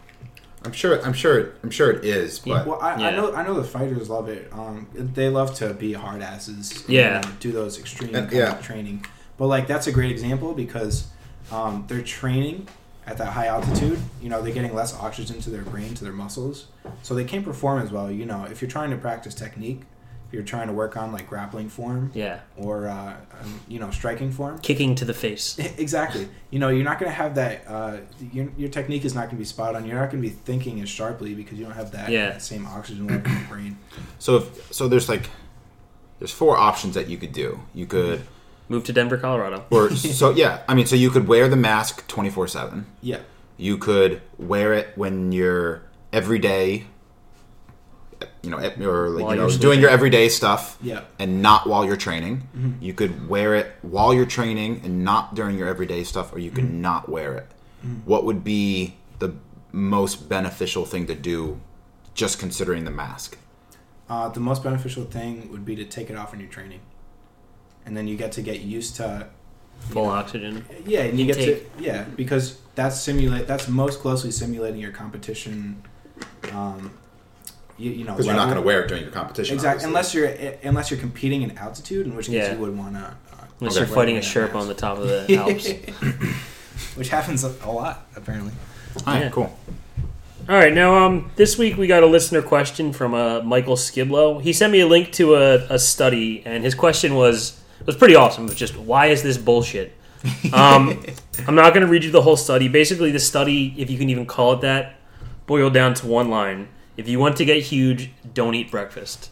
F: I'm sure, I'm sure, I'm sure it is, but
D: Well, I, I
C: Yeah.
D: know I know the fighters love it. Um, they love to be hard asses. and,
C: Yeah.
D: you know, do those extreme
F: Uh,
D: kind
F: yeah.
D: of training. But like that's a great example because um, they're training at that high altitude. You know, they're getting less oxygen to their brain to their muscles, so they can't perform as well. You know, if you're trying to practice technique, if you're trying to work on like grappling form
C: Yeah,
D: or uh, um, you know striking form.
C: kicking to the face.
D: [LAUGHS] Exactly. You know, you're not going to have that. Uh, your, your technique is not going to be spot on. You're not going to be thinking as sharply because you don't have that,
C: Yeah.
D: that same oxygen level in your
C: [CLEARS THROAT]
D: brain.
E: So, if, so there's like, there's four options that you could do. You could,
C: Move to Denver, Colorado.
E: or so yeah. I mean, so you could wear the mask 24 seven.
D: Yeah.
E: You could wear it when you're every day, you know, ep- or like,
C: While
E: you
C: you're
E: know, doing
C: sleeping.
E: your everyday stuff,
D: Yeah.
E: and not while you're training.
C: Mm-hmm.
E: You could wear it while you're training and not during your everyday stuff, or you could
C: Mm-hmm.
E: not wear it. What would be the most beneficial thing to do, just considering the mask?
D: Uh, the most beneficial thing would be to take it off when you're training, and then you get to get used to.
C: Full oxygen.
D: Yeah, and you get to
C: Intake.
D: yeah because that's simulate that's most closely simulating your competition. Um, you, you know,
F: because you're not going to
D: level.
F: wear it during your competition,
D: exactly
F: obviously.
D: unless you're eh, unless you're competing in altitude, in which case
C: Yeah.
D: you would want to. Uh,
C: Unless
D: wear-
C: you're fighting a
D: wear that
C: Sherpa on
D: mask.
C: the top of the Alps.
D: which happens a a lot apparently.
E: All right,
C: Yeah.
E: cool.
C: All right, now um, this week we got a listener question from uh, Michael Skidlow. He sent me a link to a, a study, and his question was was pretty awesome. It was just why is this bullshit?
D: [LAUGHS]
C: Um, I'm not going to read you the whole study. Basically, the study, if you can even call it that, boiled down to one line: If you want to get huge, don't eat
D: [LAUGHS]
C: breakfast.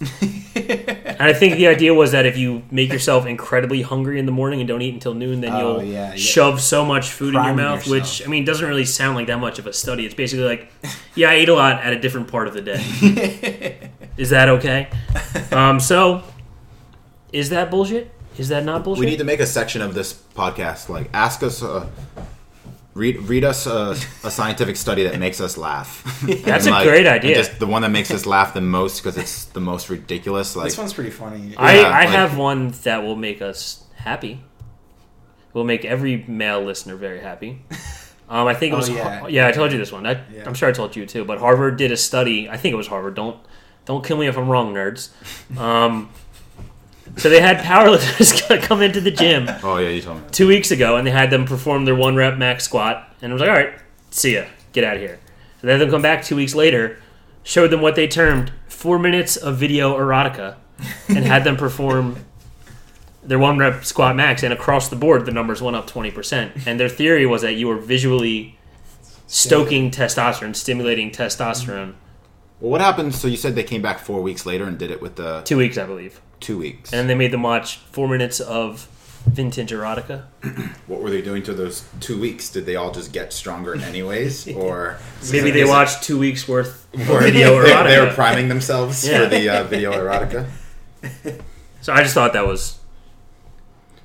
C: and I think the idea was that if you make yourself incredibly hungry in the morning and don't eat until noon, then
D: Oh,
C: you'll
D: yeah, yeah.
C: shove so much food in your
D: Priming
C: mouth,
D: yourself.
C: which I mean doesn't really sound like that much of a study. It's basically like, yeah, I ate a lot at a different part of the day.
E: [LAUGHS]
C: is that okay? Um, so, is that bullshit? Is that not bullshit?
E: We need to make a section of this podcast like ask us a read read us a, a scientific study that makes us laugh.
C: [LAUGHS] That's
E: And,
C: a great idea.
E: and Just the one that makes us laugh the most because it's the most ridiculous. Like
D: This one's pretty funny.
C: I,
E: Yeah,
C: I
E: like-
C: have one that
E: [LAUGHS]
C: will make us happy. Will make every male listener very happy. Um, I think it
D: Oh,
C: was.
D: yeah.
C: Har- yeah, I told you this one. I,
D: Yeah.
C: I'm sure I told you too. But Harvard did a study. I think it was Harvard. Don't don't kill me if I'm wrong,
D: [LAUGHS]
C: nerds. Um, so they had powerlifters [LAUGHS] come into the gym
E: Oh yeah, you told me.
C: two weeks ago, and they had them perform their one rep max squat, and I was like, all right, see ya, get out of here. So they had them come back two weeks later, showed them what they termed four minutes of video erotica, and had them perform their one rep squat max, and across the board, the numbers went up 20%. And their theory was that you were visually stoking testosterone, stimulating testosterone,
E: Well, what happened? So you said they came back four weeks later and did it with the
C: two weeks, I believe.
E: two weeks.
C: And they made them watch four minutes of vintage erotica.
E: what were they doing to those two weeks? Did they all just get stronger
C: [LAUGHS]
E: anyways, or
C: Maybe they
E: is it-
C: watched two weeks worth of
E: or
C: video
E: they,
C: erotica.
E: they were priming themselves
C: Yeah.
E: for the uh, video erotica?
C: [LAUGHS] So I just thought that was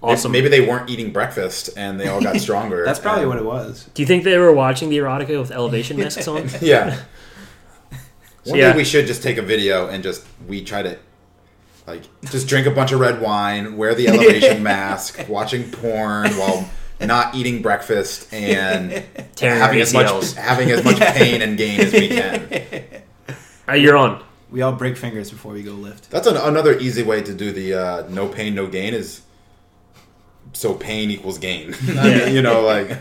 C: awesome.
E: Maybe they weren't eating breakfast and they all
C: [LAUGHS]
E: got stronger.
D: That's probably
E: and-
D: what it was.
C: Do you think they were watching the erotica with
E: [LAUGHS]
C: elevation masks on? [LAUGHS]
E: Yeah. One
C: yeah.
E: day we should just take a video and just we try to like just drink a bunch of red wine,
C: [LAUGHS]
E: wear the elevation mask, watching porn while not eating
C: [LAUGHS]
E: breakfast and
C: Tearing
E: having
C: your
E: as much
C: ACLs.
E: having
C: [LAUGHS]
E: as much pain and gain as we can.
C: Alright, Uh, you're on.
D: We all break fingers before we go lift.
E: That's an, another easy way to do the uh, no pain no gain is so pain equals gain. [LAUGHS] I
C: Yeah.
E: mean, you know, like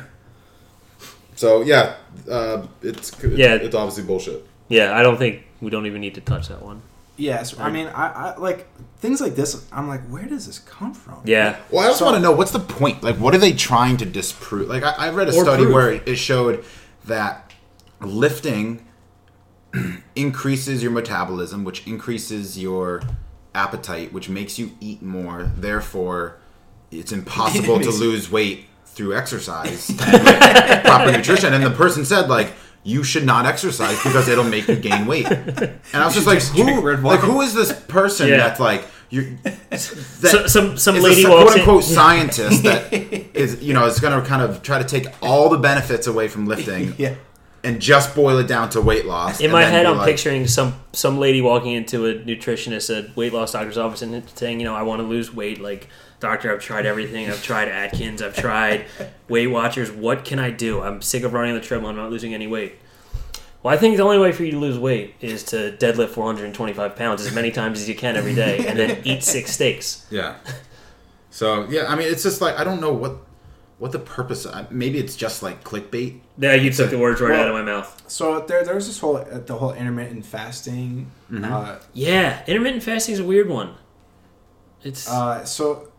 E: so yeah, uh, it's, it's
C: Yeah.
E: it's obviously bullshit.
C: Yeah, I don't think we don't even need to touch that one.
D: Yes, I mean, I, I like things like this. I'm like, where does this come from?
C: Yeah.
E: Well, I just want to know what's the point? Like, what are they trying to disprove? Like, I, I read a study
C: prove.
E: where it showed that lifting [CLEARS THROAT] increases your metabolism, which increases your appetite, which makes you eat more. Therefore, it's impossible to lose weight through exercise and like, proper nutrition. And the person said, like, you should not exercise because it'll make you gain weight. And I was just like,
D: drink
E: who,
D: red
E: like,
D: wine.
E: who is this person
C: Yeah.
E: that's like, you're,
C: So,
E: that-
C: some some
E: is
C: lady
E: a
C: walks
E: quote
C: in.
E: unquote
C: [LAUGHS]
E: scientist that is you know is going to kind of try to take all the benefits away
C: [LAUGHS]
E: from lifting
D: Yeah.
E: and just boil it down to weight loss.
C: In
E: and
C: my
E: then
C: head,
E: be
C: I'm
E: like,
C: picturing some some lady walking into a nutritionist at weight loss doctor's office and saying, you know, I want to lose weight. Like, doctor, I've tried everything. I've tried Atkins. I've tried Weight Watchers. What can I do? I'm sick of running on the treadmill. I'm not losing any weight. Well, I think the only way for you to lose weight is to deadlift 425 pounds as many times as you can every day, and [LAUGHS] then eat six steaks.
E: yeah. So yeah, I mean, it's just like I don't know what what the purpose. I- Maybe it's just like clickbait.
C: Yeah, you took the words right
D: Well-
C: out of my mouth.
D: So there, there's this whole uh, the whole intermittent fasting. Uh,
C: Yeah, intermittent fasting is a weird one. It's
D: uh, so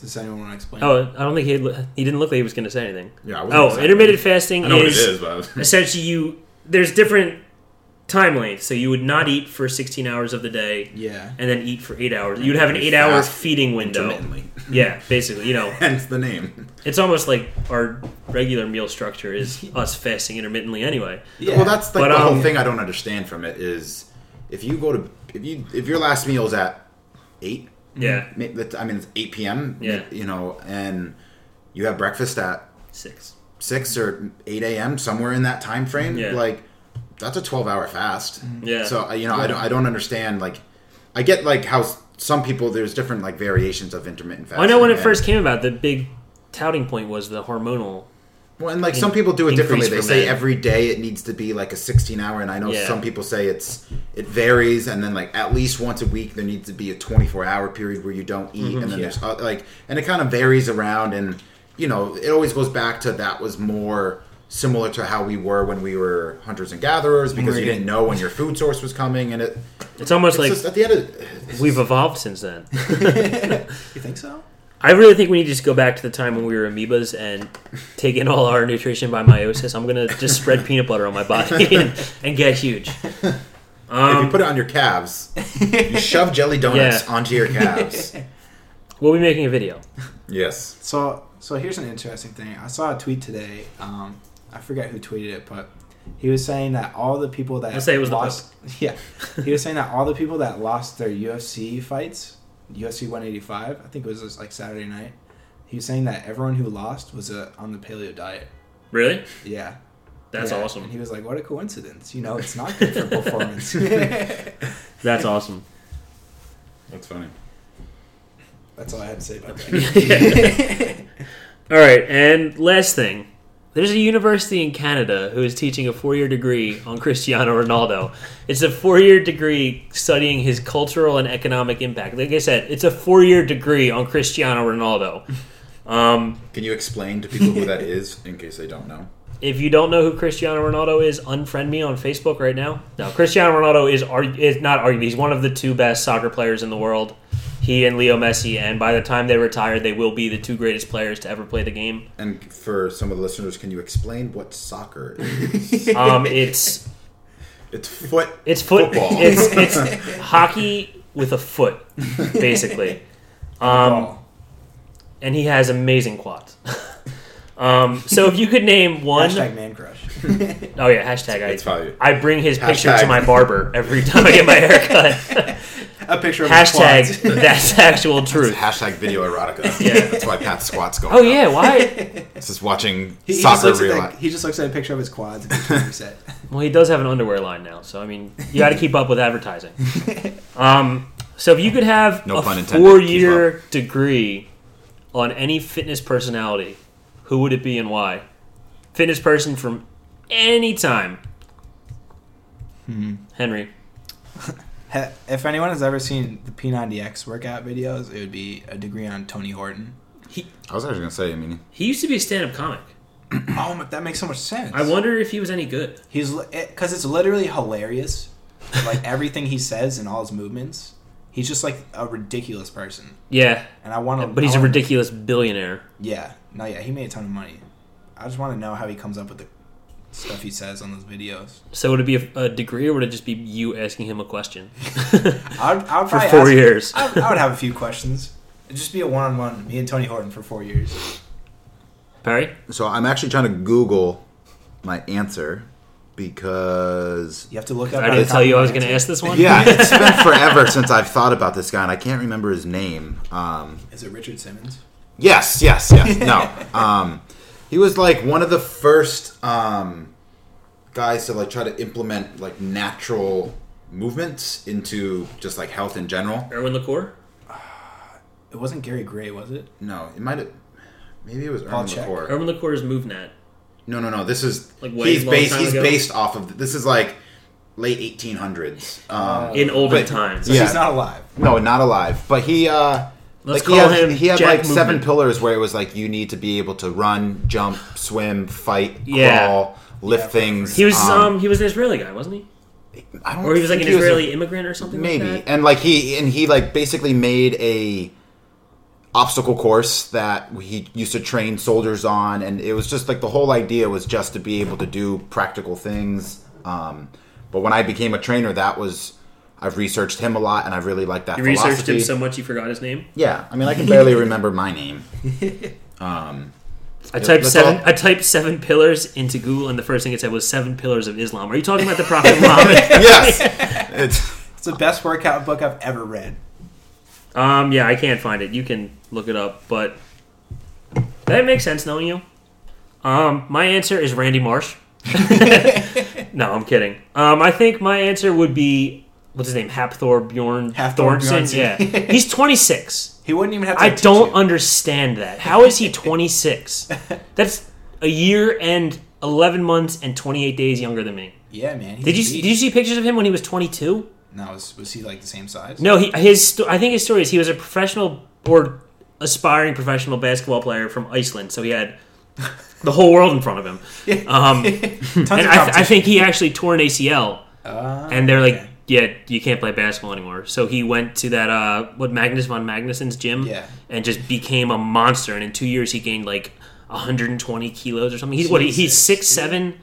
D: does anyone want to explain?
C: oh, I don't think he had, he didn't look like he was going to say anything.
E: Yeah. I wasn't
C: Oh,
E: exactly-
C: intermittent fasting
E: I know what it
C: is, [LAUGHS]
E: is, but [LAUGHS] I was-
C: essentially you. There's different time lengths, so you would not eat for 16 hours of the day,
D: Yeah.
C: and then eat for eight hours. You'd have an eight-hour
E: fast
C: feeding window.
E: intermittently.
C: Yeah, basically, you know,
E: Hence the name.
C: it's almost like our regular meal structure
E: [LAUGHS]
C: is us fasting intermittently anyway.
D: Yeah.
E: Well, that's like
C: But,
E: the
C: um,
E: whole thing I don't understand from it is if you go to if you if your last meal is at eight,
C: Yeah,
E: ma- that's- I mean it's eight p.m.
C: Yeah.
E: you know, and you have breakfast at
C: six.
E: six or eight a.m. somewhere in that time frame.
C: Yeah. Mm-hmm.
E: Like that's a twelve-hour fast.
C: Yeah.
E: So I- you know, I don't, I don't understand. Like, I get like how s- some people there's different like variations of intermittent fasting.
C: I know when it
E: and-
C: first came about, the big touting point was the hormonal
E: Well, and like some people do it
C: increase
E: differently. They
C: for
E: say
C: men.
E: every day it needs to be like a 16 hour, and I know
C: Yeah.
E: some people say it's it varies, and then like at least once a week there needs to be a 24 hour period where you don't eat,
C: Mm-hmm.
E: and then
D: Yeah.
E: there's uh, like and it kind of varies around, and you know it always goes back to that was more similar to how we were when we were hunters and gatherers because
D: Right.
E: you didn't know when your food source was coming, and it
C: It's almost
E: it's
C: like
E: just at the end of
C: we've evolved since then.
D: You think so?
C: I really think we need to just go back to the time when we were amoebas and take in all our nutrition by meiosis. I'm gonna just [LAUGHS] spread peanut butter on my body [LAUGHS] and, and get huge.
E: if you put it on your calves, you shove jelly donuts
C: Um, [LAUGHS] Yeah.
E: onto your
C: [LAUGHS]
E: calves.
C: We'll be making a video.
E: yes.
D: So, so here's an interesting thing. I saw a tweet today. Um, I forget who tweeted it, but he was saying that all the people that
C: Let's say it was the
D: lost, [LAUGHS] yeah, he was saying that all the people that lost their UFC fights, UFC 185, I think it was just like Saturday night. He was saying that everyone who lost was uh, on the paleo diet.
C: Really?
D: Yeah,
C: That's
D: Yeah.
C: awesome.
D: And he was like, "What a coincidence! You know, it's not good for
C: [LAUGHS]
D: performance." [LAUGHS]
C: That's awesome.
E: That's funny.
D: That's all I had to say about that.
C: all right, and last thing. There's a university in Canada who is teaching a four year degree on Cristiano Ronaldo. It's a four year degree studying his cultural and economic impact. Like I said, it's a four year degree on Cristiano Ronaldo. Um,
E: Can you explain to people who
D: [LAUGHS]
E: that is in case they don't know?
C: if you don't know who Cristiano Ronaldo is, unfriend me on Facebook right now. No, Cristiano Ronaldo is argu- is not arguably he's one of the two best soccer players in the world. He and Leo Messi, and by the time they retire, they will be the two greatest players to ever play the game.
E: And for some of the listeners, can you explain what soccer is? [LAUGHS]
C: Um, it's
E: It's foot.
C: It's foot.
E: Football.
C: It's
E: [LAUGHS]
C: it's hockey with a foot, basically. [LAUGHS] Um, and he has amazing quads. [LAUGHS] um, so if you could name one,
D: [LAUGHS] Hashtag man crush. [LAUGHS]
C: oh yeah, hashtag.
E: It's
C: I,
E: probably
C: I bring his picture to
E: Hashtag.
C: my barber every time I get
E: [LAUGHS]
C: my haircut.
D: A picture of his
C: hashtag.
D: quads.
C: That's [LAUGHS] actual truth.
E: hashtag video erotica.
C: Yeah.
E: that's why Pat squats going.
C: Oh
E: up.
C: yeah, why?
E: this is watching
D: He, he just
E: soccer
D: looks at
E: real
D: that,
E: life.
D: he just looks at a picture of his quads and gets upset.
C: Well, he does have an underwear line now, so I mean, you got to keep up with advertising. Um, so if you could have
E: No
C: a
E: pun intended,
C: four-year degree on any fitness personality, who would it be and why? Fitness person from any time. Henry,
D: Ha- If anyone has ever seen the P90X workout videos, it would be a degree on Tony Horton.
E: I was actually gonna say. I mean,
C: he used to be a stand-up comic.
D: Oh, my- that makes so much sense.
C: I wonder if he was any good.
D: He's because it's literally hilarious, like everything he says and all his movements. He's just like a ridiculous person,
C: Yeah,
D: and I want to.
C: but he's a ridiculous billionaire.
D: Yeah, no, yeah, he made a ton of money. I just want to know how he comes up with the stuff he says on those videos.
C: So would it be a, a degree, or would it just be you asking him a question? [LAUGHS]
D: I would, I would
C: For
D: probably
C: four
D: ask-
C: years.
D: I, I would have a few questions. It'd just be a one-on-one, me and Tony Horton for four years.
C: Perry,
E: so I'm actually trying to Google my answer because
D: You have to look up.
C: I
D: how
C: didn't
D: to
C: tell you I was going to
D: compliment
C: ask this one.
E: yeah, it's been forever since I've thought about this guy, and I can't remember his name. Um,
D: him. Is it Richard Simmons?
E: yes, yes,
C: [LAUGHS]
E: yes. No, um, he was like one of the first um, guys to like try to implement like natural movements into just like health in general.
C: Erwin Lacour.
D: It wasn't Gary Gray, was it?
E: No, it might have. Maybe it was
D: Paul
E: Erwin
D: Check.
E: Lacour.
C: Erwin Lacour is MoveNet.
E: No, no, no. This is
C: Oh. Like, way
E: he's
C: long
E: based.
C: time
E: He's
C: ago?
E: based off of this is like late 1800s. Um,
C: in olden
E: But-
C: times.
E: Yeah.
D: He's not alive.
E: Um, No, not alive. But he, uh,
C: Let's
E: like
C: call
E: he had,
C: him
E: he had
C: Jack
E: like seven
C: Movement.
E: pillars where it was like you need to be able to run, jump, swim, fight,
C: Yeah.
E: crawl, lift things.
C: He was um, he was an Israeli guy, wasn't he?
E: I don't
C: Or he was like an
E: think a-
C: Israeli immigrant or something.
E: maybe,
C: like that?
E: and like he and he like basically made a obstacle course that he used to train soldiers on, and it was just like the whole idea was just to be able to do practical things. Um, but when I became a trainer, that was. I've researched him a lot, and I really like that.
C: You researched him
E: philosophy.
C: so much you forgot his name.
E: Yeah, I mean, I can barely remember my
C: [LAUGHS]
E: name.
C: I typed
E: let's
C: seven.
E: all-
C: I typed seven pillars into Google, and the first thing it said was seven pillars of Islam. Are you talking about the
E: [LAUGHS]
C: Prophet Muhammad?
E: Yes, it's
D: It's the best workout book I've ever read.
C: um, yeah, I can't find it. You can look it up, but that makes sense knowing you. Um, my answer is Randy Marsh. no, I'm kidding. Um, I think my answer would be what's his name, Hapthor Bjorn
D: Hapthor
C: Bjornson.
D: Bjornson.
C: Yeah, he's 26.
D: He wouldn't even have to.
C: I
D: teach
C: don't
D: you.
C: understand that. How is he 26? That's a year and 11 months and 28 days younger than me.
D: Yeah, man. he's
C: Did you
D: a
C: did
D: beast.
C: you see pictures of him when he was 22?
D: Now was, was he like the same size?
C: No, he his sto- I think his story is he was a professional or aspiring professional basketball player from Iceland, so he had the whole world in front of
D: [LAUGHS]
C: him. Um,
D: [LAUGHS]
C: and
D: Tons of
C: I, th- I
D: competition.
C: think he actually tore an ACL,
D: Ah,
C: and they're like,
D: okay.
C: "Yeah, you can't play basketball anymore." So he went to that uh, what Magnus von Magnuson's gym,
D: Yeah.
C: and just became a monster. And in two years, he gained like 120 kilos or something. He's what? he- He's
D: Jesus.
C: six seven,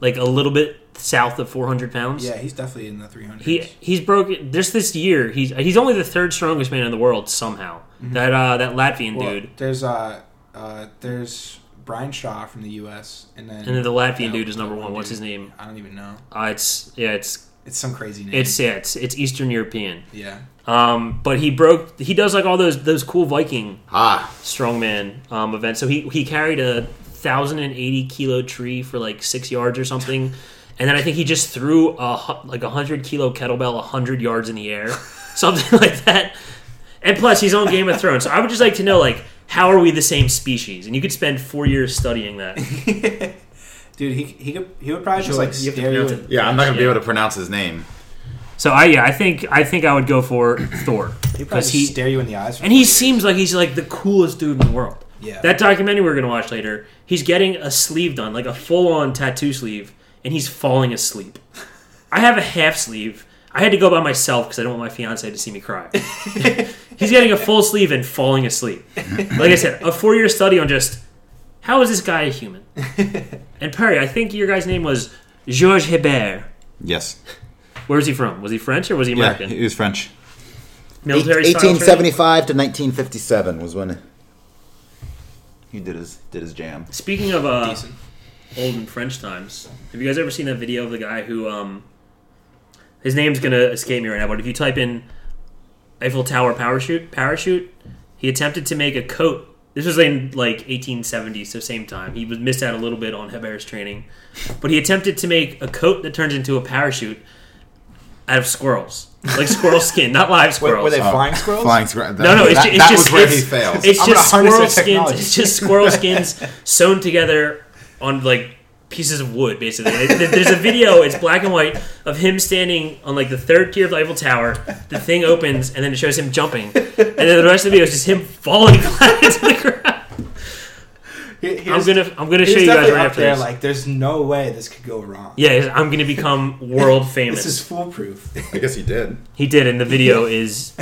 C: like a little bit south of 400 pounds.
D: yeah, he's definitely in the 300s.
C: He he's broken. Just this year, he's he's only the third strongest man in the world somehow. That uh, that Latvian
D: Well,
C: dude.
D: There's uh, uh, there's Brian Shaw from the U.S. and then
C: And then the Latvian
D: No,
C: dude is
D: the
C: number
D: one
C: one. What's
D: dude.
C: his name?
D: I don't even know.
C: Uh, it's yeah, it's
D: It's some crazy name.
C: it's yeah, it's it's Eastern European.
D: yeah.
C: Um, but he broke. He does like all those those cool Viking
E: ah,
C: strongman um, events. So he he carried a thousand and eighty kilo tree for like six yards or something, and then I think he just threw a hu- like a hundred kilo kettlebell hundred [LAUGHS] yards in the air, something like that. And plus, he's on Game of Thrones. So I would just like to know like how are we the same species? And you could spend four years studying that.
D: Dude, he he could, he would probably just
C: Sure,
D: like
C: you have to
D: stare you.
C: pronounce
D: in-
C: it.
E: Yeah, I'm not gonna be
C: Yeah.
E: able to pronounce his name.
C: So I yeah, I think I think I would go for Thor because
D: Probably
C: he
D: just stare you in the eyes. for
C: and he
D: four
C: seems like he's like the coolest dude in the world.
D: Yeah.
C: That documentary we're gonna watch later, he's getting a sleeve done, like a full on tattoo sleeve, and he's falling asleep. I have a half sleeve. I had to go by myself because I don't want my fiance to see me cry. he's getting a full sleeve and falling asleep. Like I said, a four year study on just how is this guy a human? and Perry, I think your guy's name was Georges Hébert.
G: Yes.
C: Where was he from? Was he French or was he American?
G: was French.
C: Military style training?
E: 1875 to 1957 was when he did his did his jam.
C: Speaking of uh,
D: Decent.
C: old and French times, have you guys ever seen that video of the guy who um, his name's gonna escape me right now? But if you type in Eiffel Tower parachute, parachute, he attempted to make a coat. This was in like 1870, so same time. He was missed out a little bit on Hebert's training, but he attempted to make a coat that turns into a parachute out of squirrels, like squirrel [LAUGHS] skin, not live squirrels.
H: flying squirrels?
E: Flying squirrel.
C: No, no, it's,
E: that,
C: ju- it's
E: that
C: just
E: was where
C: it's,
E: he fails.
C: It's
D: Oh,
C: just
D: I'm gonna harness
C: squirrel
D: their
C: skins.
D: technology.
C: It's just
D: [LAUGHS]
C: squirrel skins sewn together on like pieces of wood. Basically, There- there- there's a video. It's black and white of him standing on like the third tier of the Eiffel Tower. The thing opens, and then it shows him jumping, and then the rest of the video is just him falling [LAUGHS] flat into the ground.
D: years. He- he
C: I'm
D: was-
C: gonna I'm gonna
D: he
C: show
D: was
C: you guys
D: definitely
C: right
D: up
C: after
D: there,
C: this.
D: Like, there's no way this could go wrong.
C: yeah, I'm gonna become world famous.
D: [LAUGHS] This is foolproof. [LAUGHS]
E: I guess he did.
C: he did, and the video is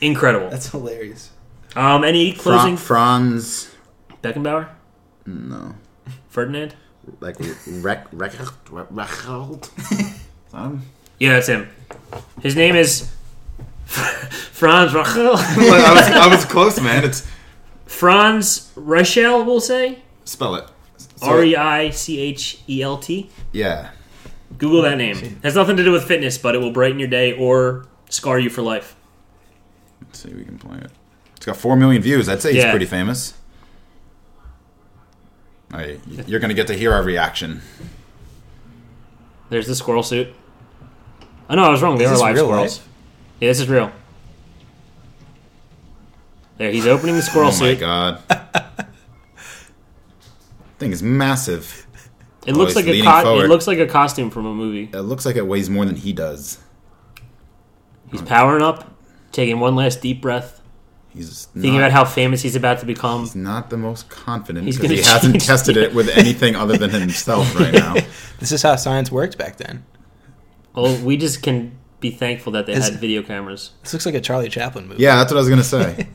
C: incredible.
D: That's hilarious.
C: Um, any closing
E: Fran- Franz,
C: Beckenbauer,
E: no,
C: Ferdinand?
E: like Rec [LAUGHS] Rec Recheld. Um,
C: Yeah, that's him. His name is [LAUGHS] Franz Rachel.
E: I was I was close, man. It's
C: [LAUGHS] Franz Reichelt, we'll say.
E: spell it. So-
C: R E I C H E L T.
E: Yeah,
C: Google that name. has nothing to do with fitness, but it will brighten your day or scar you for life.
E: let's see, if we can play it. It's got four million views. I'd say he's
C: Yeah.
E: pretty famous. All right, y- you're gonna get to hear our reaction.
C: There's the squirrel suit. Oh, no, I was wrong. They were
H: this
C: live
H: real
C: squirrels. Yeah, this is real. There, he's opening the squirrel
E: Oh my
C: suit.
E: god, [LAUGHS] thing is massive.
C: It looks
E: Oh,
C: like
E: he's
C: a
E: leaning
C: co- it
E: forward.
C: looks like a costume from a movie.
E: It looks like it weighs more than he does.
C: He's powering up, taking one last deep breath,
E: He's
C: thinking
E: not,
C: about how famous he's about to become.
E: not the most confident
C: He's
E: because he
C: gonna
E: hasn't
C: change-
E: tested it with anything other than himself
C: [LAUGHS]
E: right now.
H: This is how science worked back then.
C: Well, we just can be thankful that they
H: Is-
C: had video cameras.
H: This looks like a Charlie Chaplin movie.
E: Yeah, that's what I was gonna say.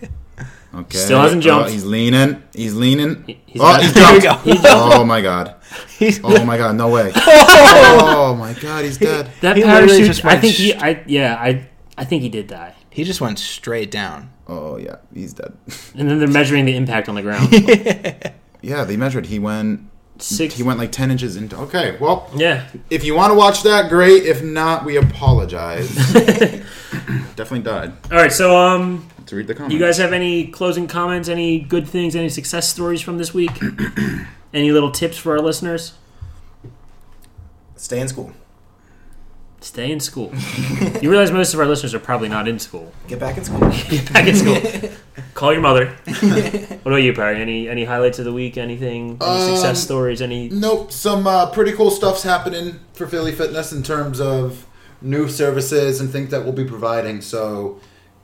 E: Okay,
C: Still hasn't jumped.
E: Oh, he's leaning. He's leaning.
C: he's
E: oh,
C: not- [LAUGHS]
E: he's
H: There we
E: jumped.
H: go.
E: Oh my god.
H: He's-
E: Oh my god.
C: [LAUGHS]
E: No way. Oh my god. He's dead.
C: That
H: He literally
C: parachute,
H: just
C: I
H: went
C: think he,
H: sh-
C: I yeah, I, I think he did die.
H: [LAUGHS] He just went straight down.
E: Oh yeah, he's dead. [LAUGHS]
C: And then they're measuring the impact on
H: [LAUGHS]
C: the ground.
E: Yeah, they measured. He went.
C: Six.
E: He went like ten inches into. Okay. Well,
C: yeah,
E: if you want to watch that, great. If not,
C: [LAUGHS]
E: we apologize. Definitely died.
C: All right, so um,
E: To read the comments.
C: you guys have any closing comments? Any good things? Any success stories from this
H: [CLEARS THROAT]
C: week? any little tips for our listeners?
D: Stay in school.
C: Stay
H: [LAUGHS]
C: in school. you realize most of our listeners are probably not in school.
D: Get back in school.
C: Get back in school.
H: [LAUGHS]
C: Call your mother. what about you, Perry? Any any highlights of the week? Anything? Any
E: Um,
C: success stories? Any?
E: Nope. Some uh, pretty cool stuff's happening for Philly Fitness in terms of new services and things that we'll be providing. So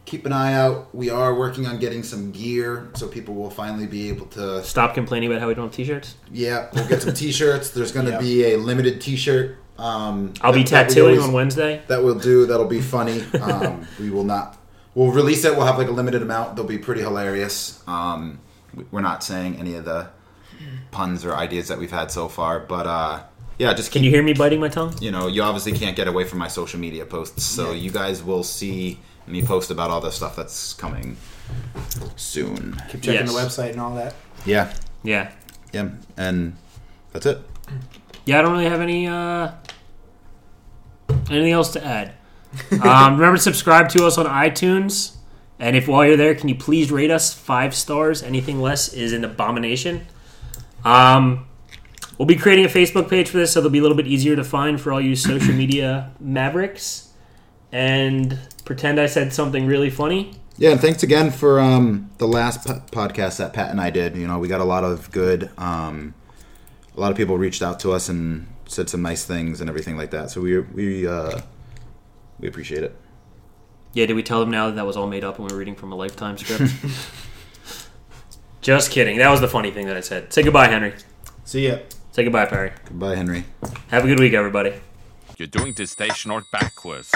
E: keep an eye out. We are working on getting some gear so people will finally be able to.
C: Stop complaining about how we don't have t-shirts.
E: Yeah, we'll get some [LAUGHS] t shirts. There's going to be a limited t shirt. Um,
C: I'll be
E: that- that we
C: tattooing
E: always-
C: on Wednesday.
E: That we'll do. That'll be funny. [LAUGHS] Um, we will not. We'll release it. We'll have like a limited amount. They'll be pretty hilarious. Um, we- we're not saying any of the puns or ideas that we've had so far, but uh, yeah, just keep
C: Can you hear me biting my tongue?
E: you know, you obviously can't get away from my social media posts, so you guys will see me post about all the stuff that's coming soon.
D: Keep checking
C: Yes.
D: the website and all that.
E: Yeah,
C: Yeah.
E: yeah, and that's it.
C: Yeah, I don't really have any uh, anything else to [LAUGHS] add. Um, remember to subscribe to us on iTunes. And if while you're there, can you please rate us five stars? Anything less is an abomination. Um, we'll be creating a Facebook page for this, so they'll be a little bit easier to find for all you social media mavericks. And pretend I said something really funny.
E: Yeah, and thanks again for um, the last po- podcast that Pat and I did. You know, we got a lot of good, um, a lot of people reached out to us and said some nice things and everything like that. So we we uh, we appreciate it.
C: Yeah, did we tell them now that that was all made up and we were reading from a Lifetime script? Just kidding. That was the funny thing that I said. Say goodbye, Henry.
E: See ya.
C: Say goodbye, Perry.
E: Goodbye, Henry.
C: Have a good week, everybody.
A: You're doing this station or backwards.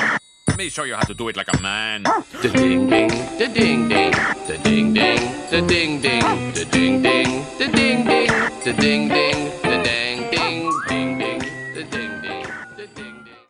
A: Let me show you how to do it like a man.
B: The ding ding, the ding ding, the ding ding, the ding ding, the ding ding, the ding ding, the ding ding,